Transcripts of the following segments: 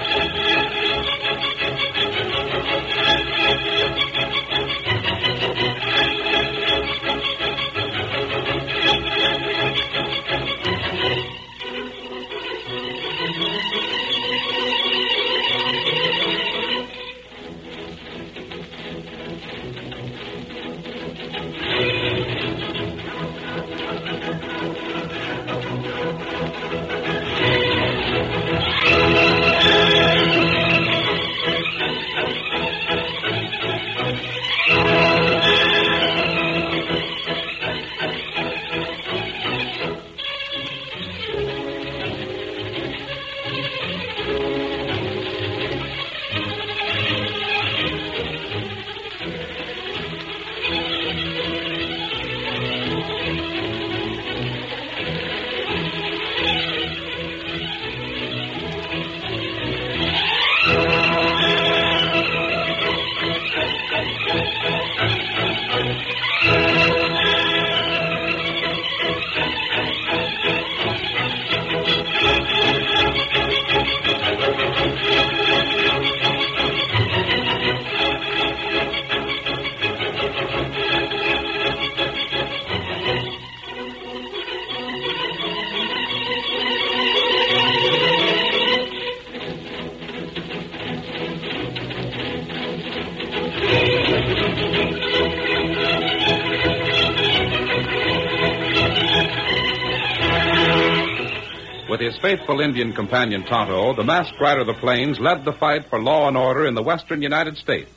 With his faithful Indian companion Tonto, the masked rider of the plains led the fight for law and order in the western United States.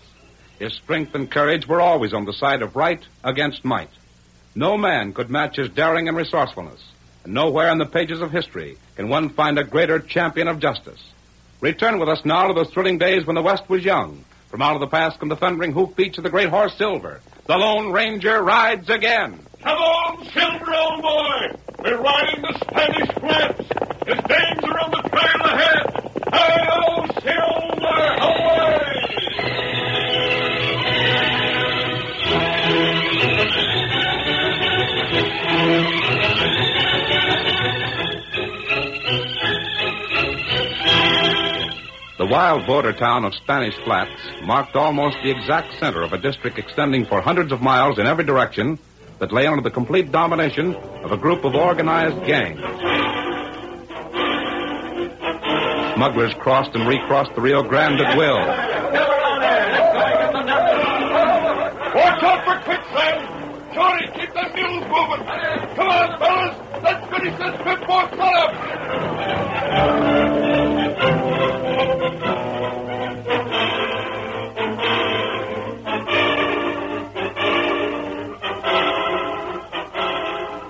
His strength and courage were always on the side of right against might. No man could match his daring and resourcefulness, and nowhere in the pages of history can one find a greater champion of justice. Return with us now to those thrilling days when the West was young. From out of the past come the thundering hoofbeats of the great horse Silver. The Lone Ranger rides again. Come on, Silver, old boy. We're riding the Spanish flats. There's danger on the trail ahead. Hail, Silver, away! The wild border town of Spanish Flats marked almost the exact center of a district extending for hundreds of miles in every direction that lay under the complete domination of a group of organized gangs. Smugglers crossed and recrossed the Rio Grande at will. Watch out for quicksand. Johnny, keep the mules moving. Come on, fellas. Let's finish this before sunup.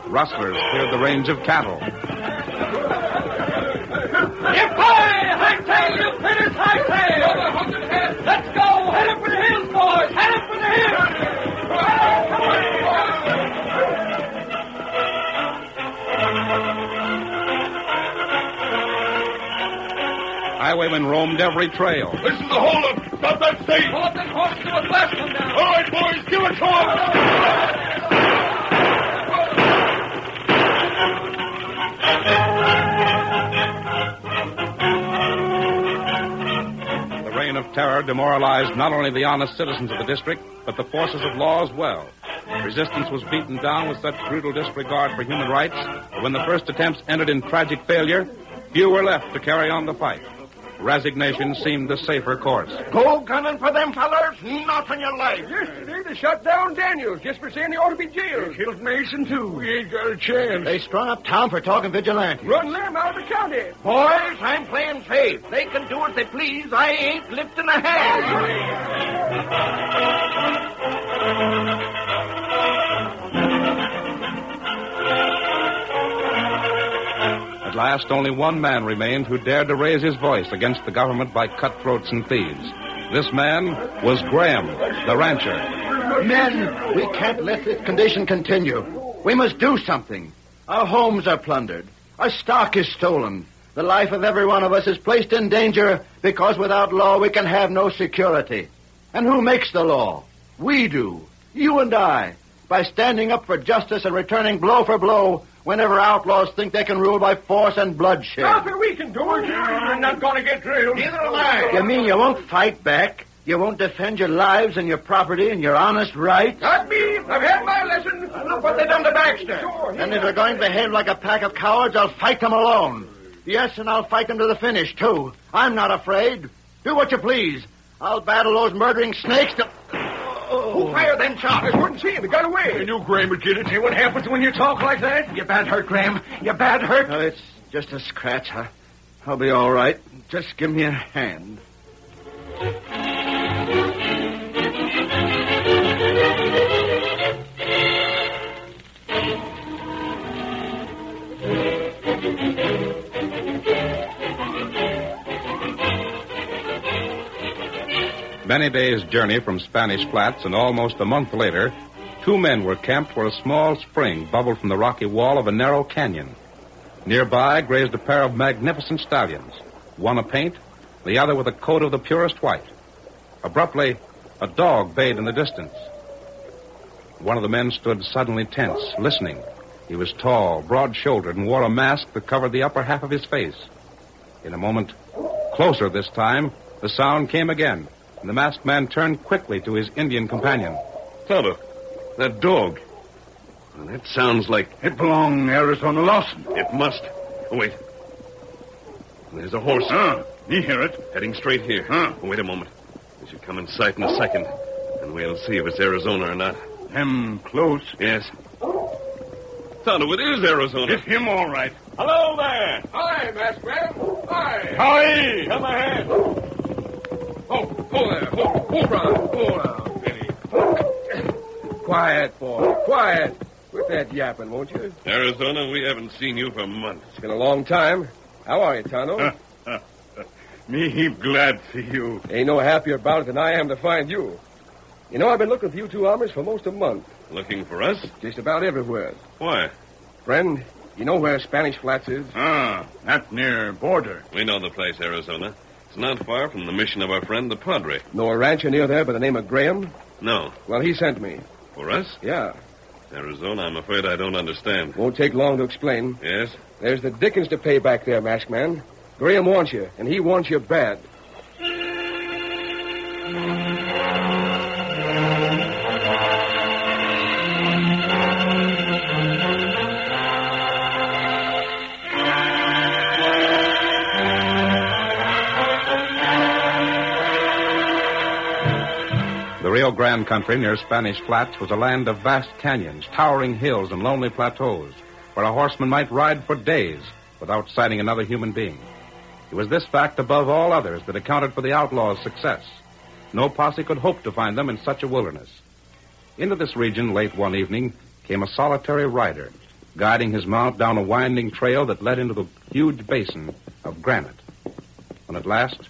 Rustlers cleared the range of cattle. If I hightail, you finish hightail. Let's go. Head up for the hills, boys. Head up for the hills. Highwaymen roamed every trail. This is the holdup. Stop that stage. Hold that horse to a blast one down. All right, boys, give it to him. The reign of terror demoralized not only the honest citizens of the district, but the forces of law as well. Resistance was beaten down with such brutal disregard for human rights that when the first attempts ended in tragic failure, few were left to carry on the fight. Resignation seemed the safer course. Go gunning for them fellers. Not on your life. Yesterday they shot down Daniels just for saying he ought to be jailed. killed Mason, too. We ain't got a chance. They strung up town for talking vigilante. Run them out of the county. Boys, I'm playing safe. They can do what they please. I ain't lifting a hand. At last, only one man remained who dared to raise his voice against the government by cutthroats and thieves. This man was Graham, the rancher. Men, we can't let this condition continue. We must do something. Our homes are plundered. Our stock is stolen. The life of every one of us is placed in danger because without law we can have no security. And who makes the law? We do. You and I. By standing up for justice and returning blow for blow whenever outlaws think they can rule by force and bloodshed. we can do it. I'm not going to get drilled. Neither am You mean you won't fight back? You won't defend your lives and your property and your honest rights? Not me. I've had my lesson. Look what they done to Baxter. And if they're going to behave like a pack of cowards, I'll fight them alone. Yes, and I'll fight them to the finish, too. I'm not afraid. Do what you please. I'll battle those murdering snakes to. Oh. Who fired them shots? I wouldn't see him. He got away. You knew Graham would get it. See what happens when you talk like that? You're bad hurt, Graham. You're bad hurt. No, Oh, it's just a scratch. I... I'll be all right. Just give me a hand. Many days' journey from Spanish Flats, and almost a month later, two men were camped where a small spring bubbled from the rocky wall of a narrow canyon. Nearby grazed a pair of magnificent stallions, one a paint, the other with a coat of the purest white. Abruptly, a dog bayed in the distance. One of the men stood suddenly tense, listening. He was tall, broad shouldered, and wore a mask that covered the upper half of his face. In a moment, closer this time, the sound came again, and the masked man turned quickly to his Indian companion. Tonto, that dog. Well, that sounds like It belonged Arizona Lawson. it must. Oh, wait. There's a horse Huh? You hear it? heading straight here. Huh. Oh, wait a moment. It should come in sight in a second, and we'll see if it's Arizona or not. Him close. Yes. Tonto, it is Arizona. It's him all right. Hello there. Hi, Master Graham. Hi. Hi. Come ahead. Oh, oh there. Oh, oh, brother. Oh, now, Billy. Quiet, boy. Quiet. Quit that yapping, won't you? Arizona, we haven't seen you for months. It's been a long time. How are you, Tonto? Me heap glad for you. Ain't no happier about it than I am to find you. You know, I've been looking for you two armors for most a month, Looking for us? just about everywhere. Why? Friend, you know where Spanish Flats is? Ah, Not near border. we know the place, Arizona. It's not far from the mission of our friend the Padre. Know a rancher near there by the name of Graham? No, Well, he sent me. for us? Yeah. Arizona, I'm afraid I don't understand. Won't take long to explain. Yes? There's the dickens to pay back there, masked man. Graham wants you, and he wants you bad. The Rio Grande country near Spanish Flats was a land of vast canyons, towering hills, and lonely plateaus, where a horseman might ride for days without sighting another human being. It was this fact above all others that accounted for the outlaws' success. No posse could hope to find them in such a wilderness. Into this region late one evening came a solitary rider, guiding his mount down a winding trail that led into the huge basin of granite. When at last,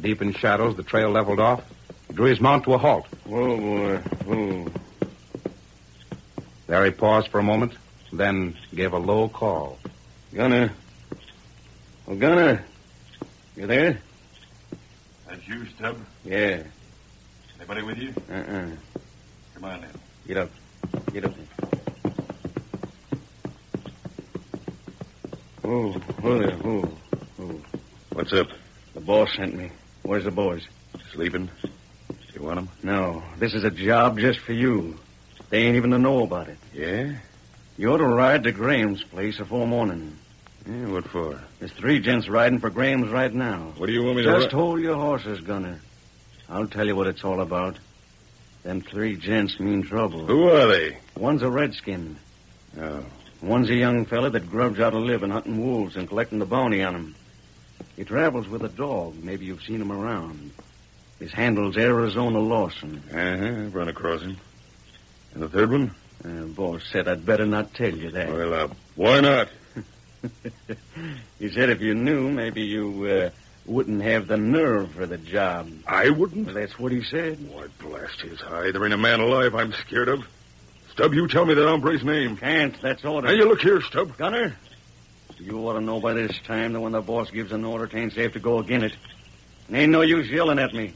deep in shadows, the trail leveled off, he drew his mount to a halt. Whoa, boy. Whoa. There he paused for a moment, then gave a low call. Gunner. Oh, Gunner. You there? That's you, Stubb. Yeah. Anybody with you? Uh-uh. Come on in. Get up. Get up. Oh, oh, there. Oh, oh. What's up? The boss sent me. Where's the boys? Sleeping? You want him? No, this is a job just for you. They ain't even to know about it. Yeah? You ought to ride to Graham's place afore morning. Yeah, what for? There's three gents riding for Graham's right now. What do you want me Just hold your horses, Gunner. I'll tell you what it's all about. Them three gents mean trouble. Who are they? One's a redskin. Oh. One's a young fella that grubs out a living hunting wolves and collecting the bounty on 'em. He travels with a dog. Maybe you've seen him around. His handle's Arizona Lawson. Uh-huh. I've run across him. And the third one? Uh, boss said I'd better not tell you that. Well, uh, why not? He said if you knew, maybe you uh, wouldn't have the nerve for the job. I wouldn't. Well, that's what he said. Why, blast his hide. There ain't a man alive I'm scared of. Stubb, you tell me that hombre's name. Can't. That's all. Now, you look here, Stubb. Gunner, you ought to know by this time that when the boss gives an order, it ain't safe to go again it. And ain't no use yelling at me.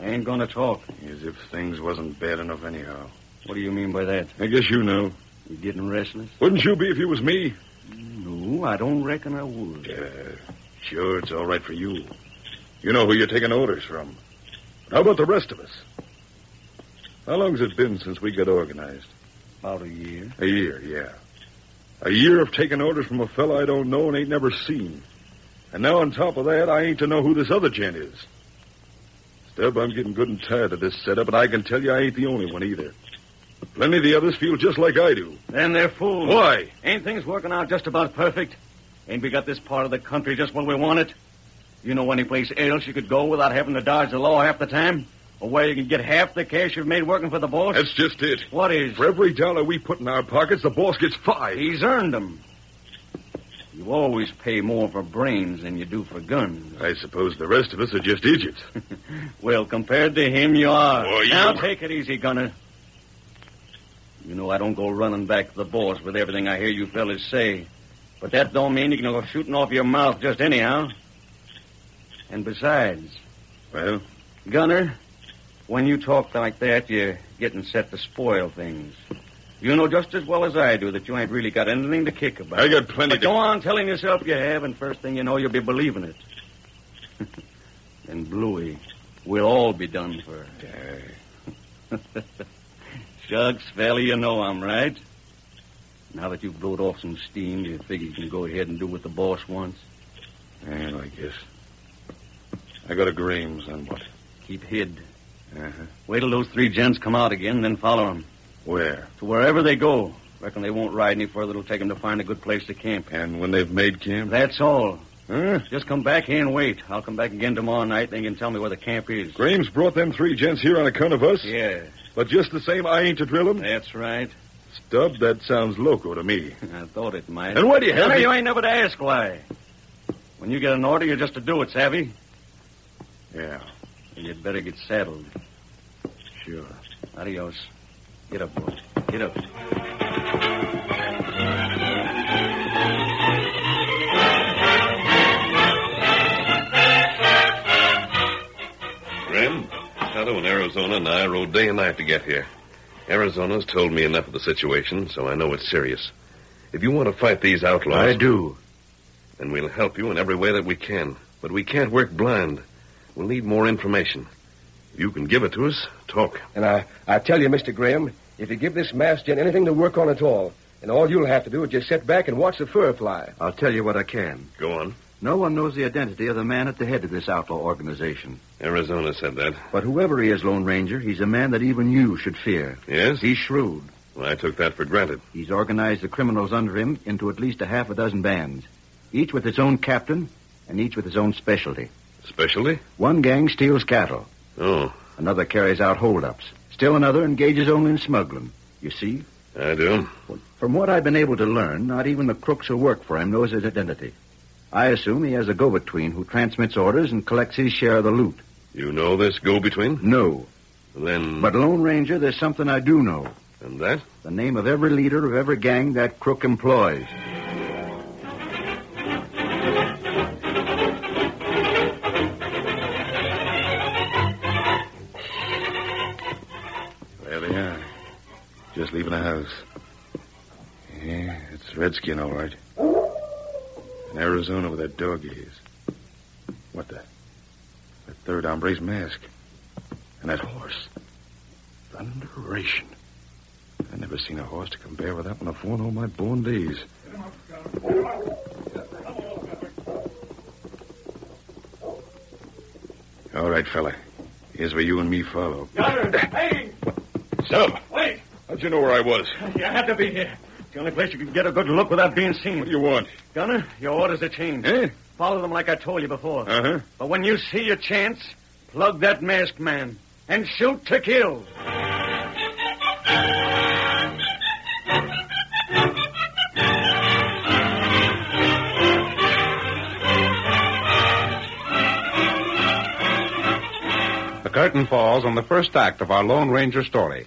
I ain't going to talk. As if things wasn't bad enough anyhow. What do you mean by that? I guess you know. You getting restless? Wouldn't you be if you was me? No, I don't reckon I would. Sure, it's all right for you. You know who you're taking orders from. But how about the rest of us? How long's it been since we got organized? About a year. A year, yeah. A year of taking orders from a fella I don't know and ain't never seen. And now on top of that, I ain't to know who this other gent is. Stubb, I'm getting good and tired of this setup, and I can tell you I ain't the only one either. Plenty of the others feel just like I do. Then they're fools. Why? Ain't things working out just about perfect? Ain't we got this part of the country just when we want it? You know any place else you could go without having to dodge the law half the time? Or where you can get half the cash you've made working for the boss? That's just it. What is? For every dollar we put in our pockets, the boss gets five. He's earned 'em. You always pay more for brains than you do for guns. I suppose the rest of us are just idiots. Well, compared to him, you are. Boy, you- Now take it easy, Gunner. You know I don't go running back to the boss with everything I hear you fellas say. But that don't mean you can go shooting off your mouth just anyhow. And besides, Well, Gunner, when you talk like that, you're getting set to spoil things. You know just as well as I do that you ain't really got anything to kick about. I got plenty But to- go on telling yourself you have, and first thing you know, you'll be believing it. and Bluey, we'll all be done for. Shucks, fella, you know I'm right. Now that you've blowed off some steam, you figure you can go ahead and do what the boss wants. well, I guess. I got a Grahams and what? Keep hid. Uh-huh. Wait till those three gents come out again, then follow 'em. Where? To wherever they go. Reckon they won't ride any further. It'll take 'em to find a good place to camp. And when they've made camp? That's all. Huh? Just come back here and wait. I'll come back again tomorrow night, and you can tell me where the camp is. Grahams brought them three gents here on account of us? Yeah, But just the same, I ain't to drill 'em. that's right. Stub, that sounds loco to me. I thought it might. And why do you have Gunner, me- you ain't never to ask why. When you get an order, you're just to do it, savvy. Yeah. And you'd better get saddled. Sure. Adios. Get up, boy. Get up. Grim, Tonto in Arizona and I rode day and night to get here. Arizona's told me enough of the situation, so I know it's serious. If you want to fight these outlaws, I do. then we'll help you in every way that we can. But we can't work blind. We'll need more information. If you can give it to us, talk. And I, I tell you, Mr. Graham, if you give this masked gent anything to work on at all, and all you'll have to do is just sit back and watch the fur fly. I'll tell you what I can. Go on. No one knows the identity of the man at the head of this outlaw organization. Arizona said that. But whoever he is, Lone Ranger, he's a man that even you should fear. Yes? He's shrewd. Well, I took that for granted. He's organized the criminals under him into at least a half a dozen bands, each with its own captain and each with its own specialty. Specialty? One gang steals cattle, Oh, another carries out holdups, still another engages only in smuggling. You see, I do. from what I've been able to learn, not even the crooks who work for him knows his identity. I assume he has a go-between who transmits orders and collects his share of the loot. You know this go-between? No, Then... but Lone Ranger, there's something I do know. And that? The name of every leader of every gang that crook employs. There they are. Just leaving the house. Yeah, it's Redskin, all right. In Arizona with that dog ears. What the? That third hombre's mask. And that horse. Thunderation. I never seen a horse to compare with that one afore in all my born days. All right, fella. Here's where you and me follow. Hey, Stop! wait! How'd you know where I was? You had to be here. It's the only place you can get a good look without being seen. What do you want? Gunner, your orders are changed. Eh? Follow them like I told you before. Uh huh. But when you see your chance, plug that masked man and shoot to kill. Curtain falls on the first act of our Lone Ranger story.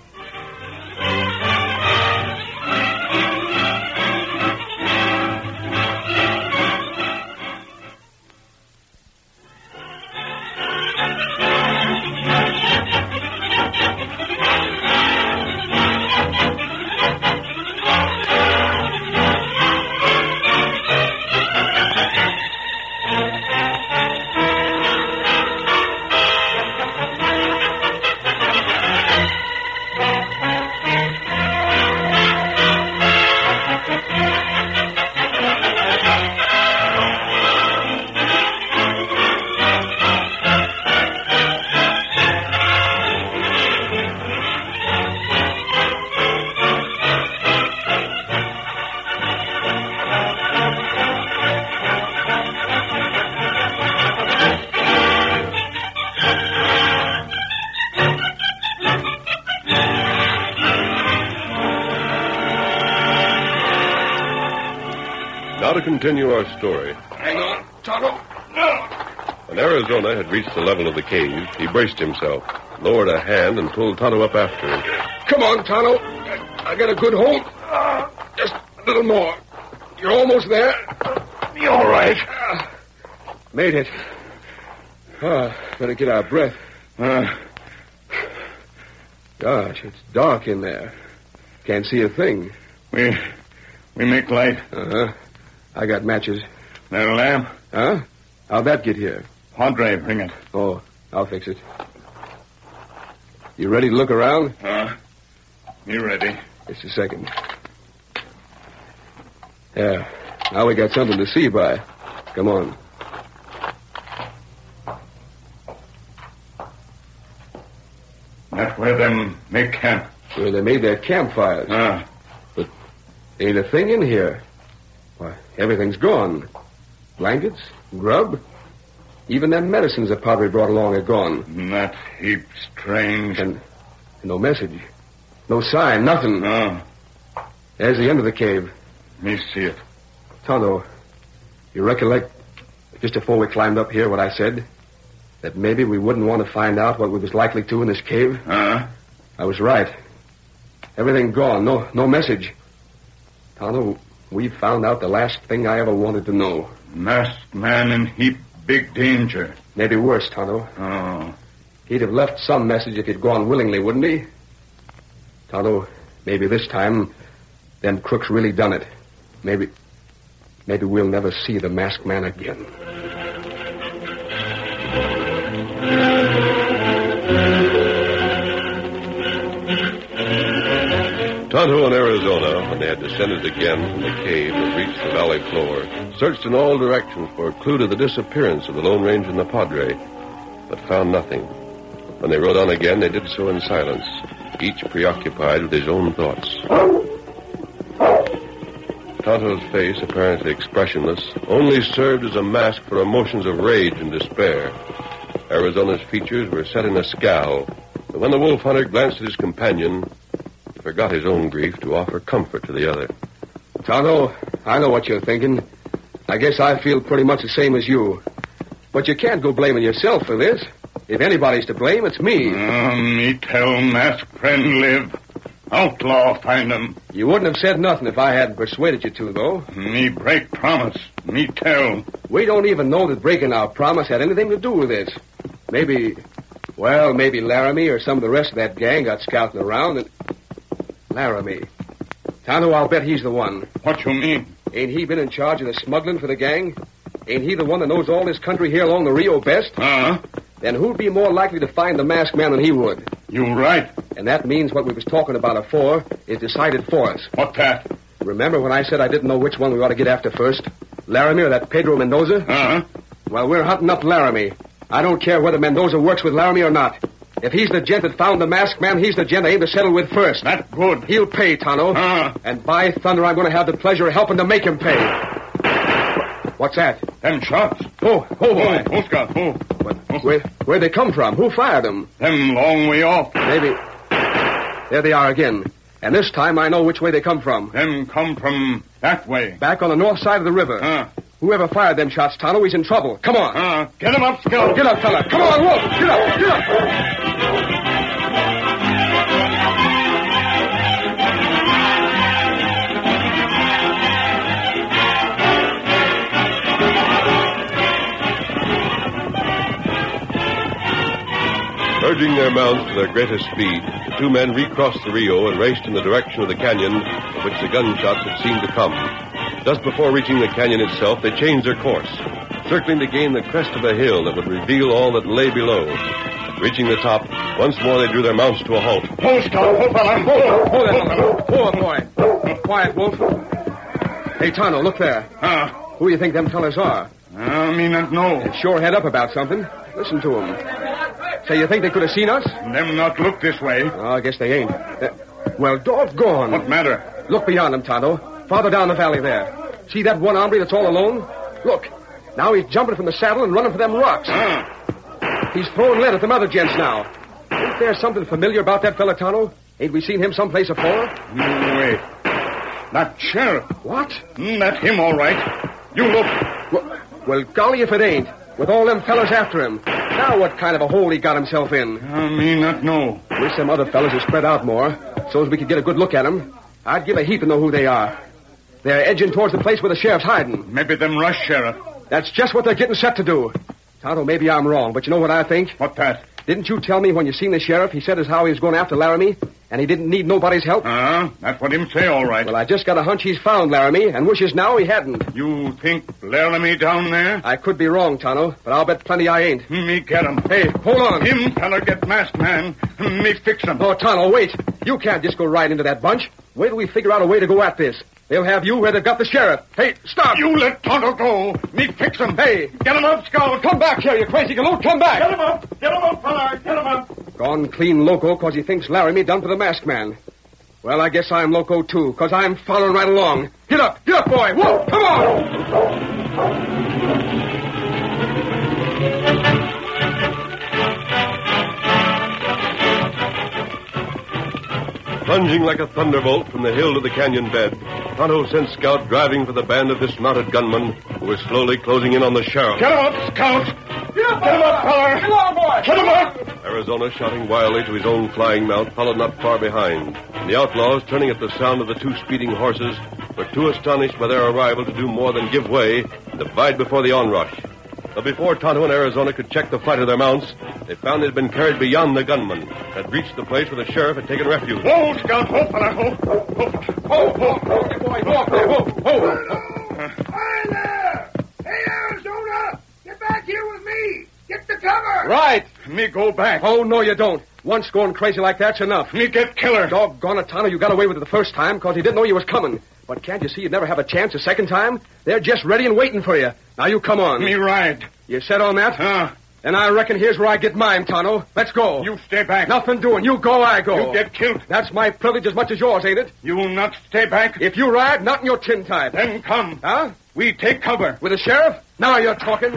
Now to continue our story. Hang on, Tonto. No. When Arizona had reached the level of the cave, he braced himself, lowered a hand, and pulled Tonto up after him. Come on, Tonto. I, I got a good hold. Just a little more. You're almost there. You all right? Made it. Ah, better get our breath. Uh, Gosh, it's dark in there. Can't see a thing. we we make light. Uh-huh. I got matches. That lamp, Huh? How'd that get here? Padre, bring it. Oh, I'll fix it. You ready to look around? Uh, you ready? Just a second. Yeah. Now we got something to see by. Come on. That where them make camp. Where they made their campfires. Uh, Ain't a thing in here. Why, everything's gone. Blankets, grub, even them medicines that Padre brought along are gone. that heap strange. And, and no message. No sign, nothing. No, There's the end of the cave. Ah, me see it. Tonto, you recollect just before we climbed up here what I said? That maybe we wouldn't want to find out what we was likely to in this cave? Uh, I was right. Everything gone. No, no message. Tonto, we found out the last thing I ever wanted to know. masked man in heap big danger. Maybe worse, Tonto. Oh, He'd have left some message if he'd gone willingly, wouldn't he? Tonto, maybe this time, them crooks really done it. Maybe, maybe we'll never see the masked man again. Tonto and Arizona, when they had descended again from the cave and reached the valley floor, searched in all directions for a clue to the disappearance of the Lone Ranger and the Padre, but found nothing. When they rode on again, they did so in silence, each preoccupied with his own thoughts. Tonto's face, apparently expressionless, only served as a mask for emotions of rage and despair. Arizona's features were set in a scowl, but when the wolf hunter glanced at his companion, forgot his own grief to offer comfort to the other. Tonto, I know what you're thinking. I guess I feel pretty much the same as you. But you can't go blaming yourself for this. If anybody's to blame, it's me. uh me tell masked friend live. Outlaw find him. You wouldn't have said nothing if I hadn't persuaded you to, though. Me break promise. Me tell. We don't even know that breaking our promise had anything to do with this. Maybe, well, maybe Laramie or some of the rest of that gang got scouting around and. Laramie. Tonto, I'll bet he's the one. What you mean? Ain't he been in charge of the smuggling for the gang? Ain't he the one that knows all this country here along the Rio best? Uh, Then who'd be more likely to find the masked man than he would? you right. And that means what we was talking about afore is decided for us. What that? Remember when I said I didn't know which one we ought to get after first? Laramie or that Pedro Mendoza? Uh, Well, we're hunting up Laramie. I don't care whether Mendoza works with Laramie or not. If he's the gent that found the masked man, he's the gent I aim to settle with first. that good. He'll pay, Tonto. Uh, And by thunder, I'm going to have the pleasure of helping to make him pay. What's that? them shots. Oh, oh, boy. who's got who? Where, where'd they come from? Who fired them? Them long way off. Maybe. There they are again. And this time I know which way they come from. Them come from that way. Back on the north side of the river. Uh, Whoever fired them shots, Tonto, he's in trouble. Come on. Uh, get him up, Skell. Get up, fella. Come on, Wolf. Get up. Get up. Urging their mounts to their greatest speed, the two men recrossed the Rio and raced in the direction of the canyon from which the gunshots had seemed to come. Just before reaching the canyon itself, they changed their course, circling to gain the crest of a hill that would reveal all that lay below. Reaching the top, once more they drew their mounts to a halt. Hold, Skell. Hold, fella. Hold, Hold that fella. Poor boy. Quiet, Wolf. Hey, Tonto, look there. Uh, Who do you think them fellas are? Ah, I mean, not know. Sure head up about something. Listen to them. Say, you think they could have seen us? Them not look this way. Oh, I guess they ain't. Uh, well, doggone. What matter? Look beyond them, Tonto. Farther down the valley there. See that one hombre that's all alone? Look. Now he's jumping from the saddle and running for them rocks. Uh, He's throwing lead at them other gents now. Ain't there something familiar about that fella, Tonto? Ain't we seen him someplace afore? no way. That sheriff. What? Mm, that him, all right. You look. Well, well, golly, if it ain't. With all them fellas after him. Now what kind of a hole he got himself in. I mean, not know. Wish some other fellas were spread out more, so as we could get a good look at 'em. I'd give a heap to know who they are. They're edging towards the place where the sheriff's hiding. Maybe them rush, sheriff. That's just what they're getting set to do. Tonto, maybe I'm wrong, but you know what I think? What that? Didn't you tell me when you seen the sheriff, he said as how he was going after Laramie, and he didn't need nobody's help? Uh, that's what him say, all right. Well, I just got a hunch he's found Laramie, and wishes now he hadn't. You think Laramie down there? I could be wrong, Tonto, but I'll bet plenty I ain't. Me get him. Hey, hold on. Him feller get masked, man. Me fix him. Oh, Tonto, wait. You can't just go right into that bunch. Wait till we figure out a way to go at this. They'll have you where they've got the sheriff. Hey, stop! You let Tonto go. Me fix him. Hey! Get him up, Scout. Come back here, you crazy galoot! Come back! Get him up. Get him up, fella. Get him up. Gone clean loco because he thinks Laramie done for the masked man. Well, I guess I'm loco too, because I'm following right along. Get up, get up, boy! Whoa, come on! Plunging like a thunderbolt from the hill to the canyon bed, Tonto sent Scout driving for the band of dismounted gunmen who were slowly closing in on the sheriff. Get him up, Scout. Get up, get him up, feller. Get on, boy. Get him up. Arizona shouting wildly to his own flying mount, followed not far behind. And the outlaws, turning at the sound of the two speeding horses, were too astonished by their arrival to do more than give way and divide before the onrush. But before Tonto and Arizona could check the flight of their mounts, they found they'd been carried beyond the gunmen, had reached the place where the sheriff had taken refuge. Whoa, Scout. Whoa, fella. Whoa. Whoa. Whoa, whoa, whoa. Get boy, go up there, whoa, whoa! Hi there! Hey, Arizona! Get back here with me! Get the cover! Right! Me go back. Oh, no, you don't. Once going crazy like that's enough. Me get killer. Doggone it, Tonto, you got away with it the first time because he didn't know you was coming. But can't you see you'd never have a chance a second time? They're just ready and waiting for you. Now you come on. Me ride. You set on that? Uh, Then I reckon here's where I get mine, Tonto. Let's go. you stay back. Nothing doing. You go, I go. You get killed. That's my privilege as much as yours, ain't it? You not stay back. If you ride, not in your tin type. Then come. Huh? We take cover. With the sheriff? Now you're talking.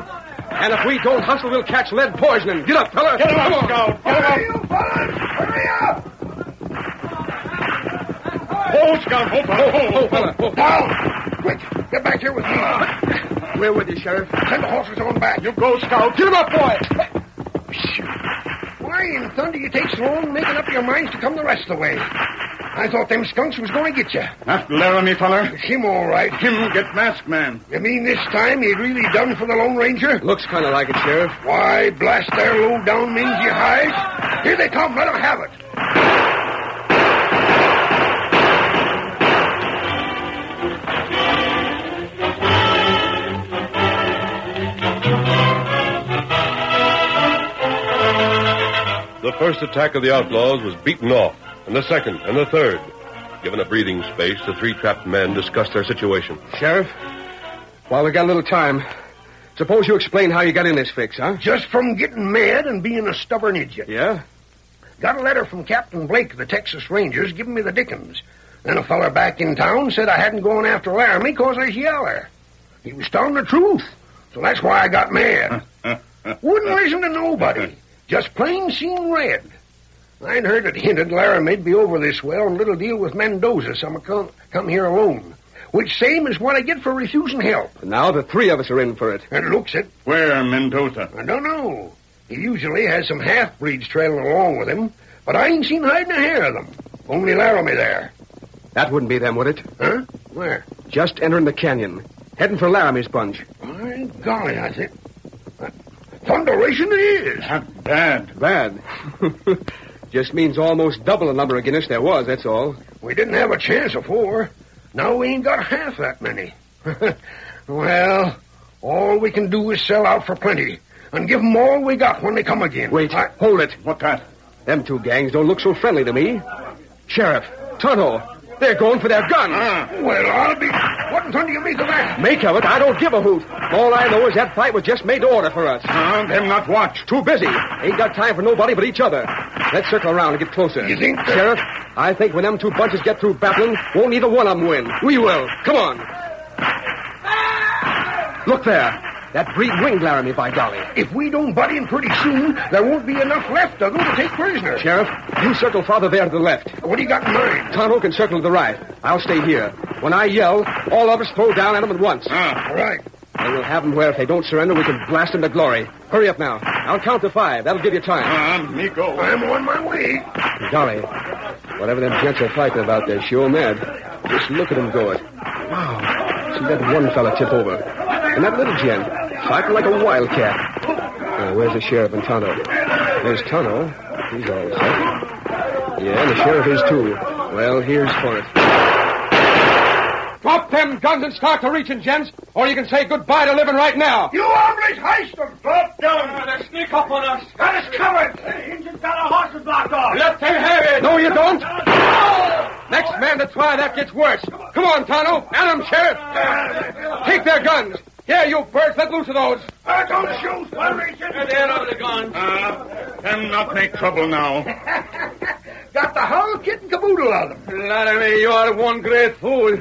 And if we don't hustle, we'll catch lead poisoning. Get up, fella. Get him up, Scout. Get him up. You fellas, hurry up! Whoa, Scout. Whoa, fella. Whoa, Oh, fella. Oh, Down! Quick! Get back here with me! We're with you, Sheriff. Send the horses on back. You go, Scout. Get him up, boy. Why in thunder you take so long making up your minds to come the rest of the way? I thought them skunks was going to get you. Not Laramie, feller. Him all right. Him get masked, man. You mean this time he really done for the Lone Ranger? Looks kind of like it, Sheriff. Why, blast their low-down mangy hides. Here they come. Let 'em have it. The first attack of the outlaws was beaten off, and the second, and the third. Given a breathing space, the three trapped men discussed their situation. Sheriff, while we got a little time, suppose you explain how you got in this fix, huh? Just from getting mad and being a stubborn idiot. Yeah? Got a letter from Captain Blake of the Texas Rangers giving me the dickens. Then a feller back in town said I hadn't gone after Laramie 'cause there's Yeller. He was telling the truth, so that's why I got mad. Wouldn't listen to nobody. Just plain seen red. I'd heard it hinted Laramie'd be over this well and little deal with Mendoza, some come, come here alone. which same is what I get for refusing help. And now the three of us are in for it. It looks it. Where, Mendoza? I don't know. He usually has some half-breeds trailing along with him, but I ain't seen hide nor hair of them. Only Laramie there. That wouldn't be them, would it? Huh? Where? Just entering the canyon. Heading for Laramie's bunch. My golly, I think. Thunderation it is. Not bad. Bad. Just means almost double the number of Guinness there was, that's all. We didn't have a chance afore. Now we ain't got half that many. well, all we can do is sell out for plenty and give 'em all we got when they come again. Wait, I- hold it. What that? Them two gangs don't look so friendly to me. Sheriff, Tonto, they're going for their guns. Ah, Well, I'll be. What in thunder you make of that? Make of it, I don't give a hoot. All I know is that fight was just made to order for us. Ah, Huh? Them not watched. Too busy. Ain't got time for nobody but each other. Let's circle around and get closer. You think- Sheriff, I think when them two bunches get through battling, won't either one of them win. We will. Come on. Look there. That breed winged Laramie, by golly. If we don't butt in pretty soon, there won't be enough left of them to take prisoners. Sheriff, you circle farther there to the left. What do you got in mind? Tonto can circle to the right. I'll stay here. When I yell, all of us throw down at them at once. All Ah, right. And we'll have them where if they don't surrender, we can blast them to glory. Hurry up now. I'll count to five. That'll give you time. Huh? Me go. I'm on my way. Golly, whatever them gents are fighting about, they're sure mad. Just look at them go it. Wow. See that one fella tip over. And that little gent, fighting like a wildcat. Now, where's the sheriff and Tonto? There's Tonto. He's all set. Yeah, and the sheriff is too. Well, here's for it. Drop them guns and start to reaching, gents, or you can say goodbye to living right now. You hombres, heist them! Drop down! They sneak up on us! Got us covered! The engine got our horses blocked off! Let them have it. No, you don't. Next man to try that gets worse. Come on, Tonto. At 'em, Sheriff. Take their guns. Yeah, you birds, let loose of those. I don't shoot! Hombres, they're over the gun. Huh? Them not make trouble now. Got the whole kit and caboodle of them. Laramie, you are one great fool.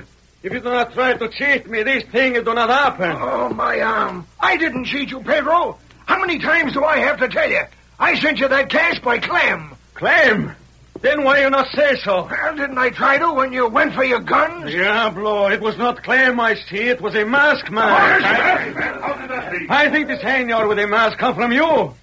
If you do not try to cheat me, these things do not happen. Oh, my arm. I didn't cheat you, Pedro. How many times do I have to tell you? I sent you that cash by clam. Claim? Then why you not say so? Well, didn't I try to when you went for your guns? Diablo, it was not claim I see, it was a mask Where's man. that? I think this senor with a mask come from you.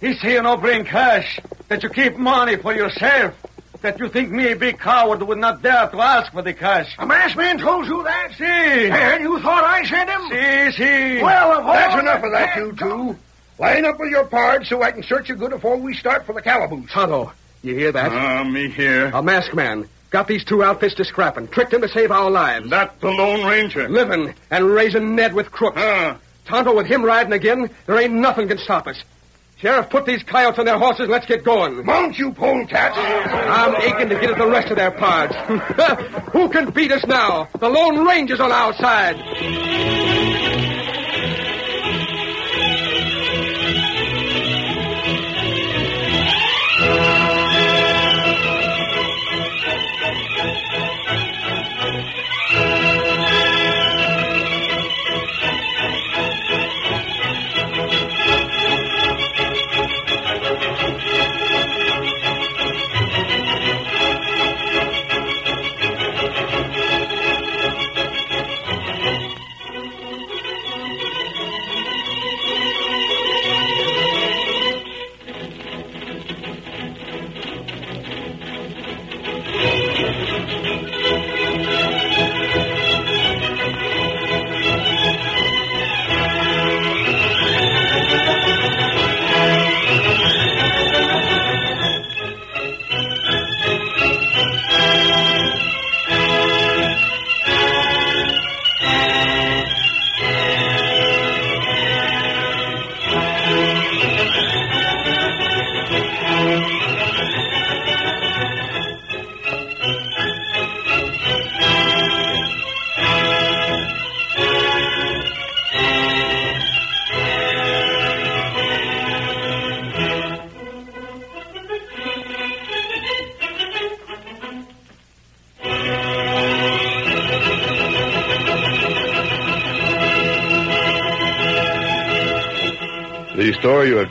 He say you no bring cash, that you keep money for yourself, that you think me a big coward would not dare to ask for the cash. A masked man told you that? See, And you thought I sent him? see, see. Well, of all That's enough of that, you two. Line up with your pards so I can search you good before we start for the calaboose. Tonto, you hear that? Ah, me here. A masked man. Got these two outfits to scrapping. Tricked him to save our lives. That the Lone Ranger. Living and raising Ned with crooks. Ah. Huh? Tonto with him riding again, there ain't nothing can stop us. Sheriff, put these coyotes on their horses and let's get going. Mount, you polecats! I'm aching to get at the rest of their pards. Who can beat us now? The Lone Ranger's on our side. The story you have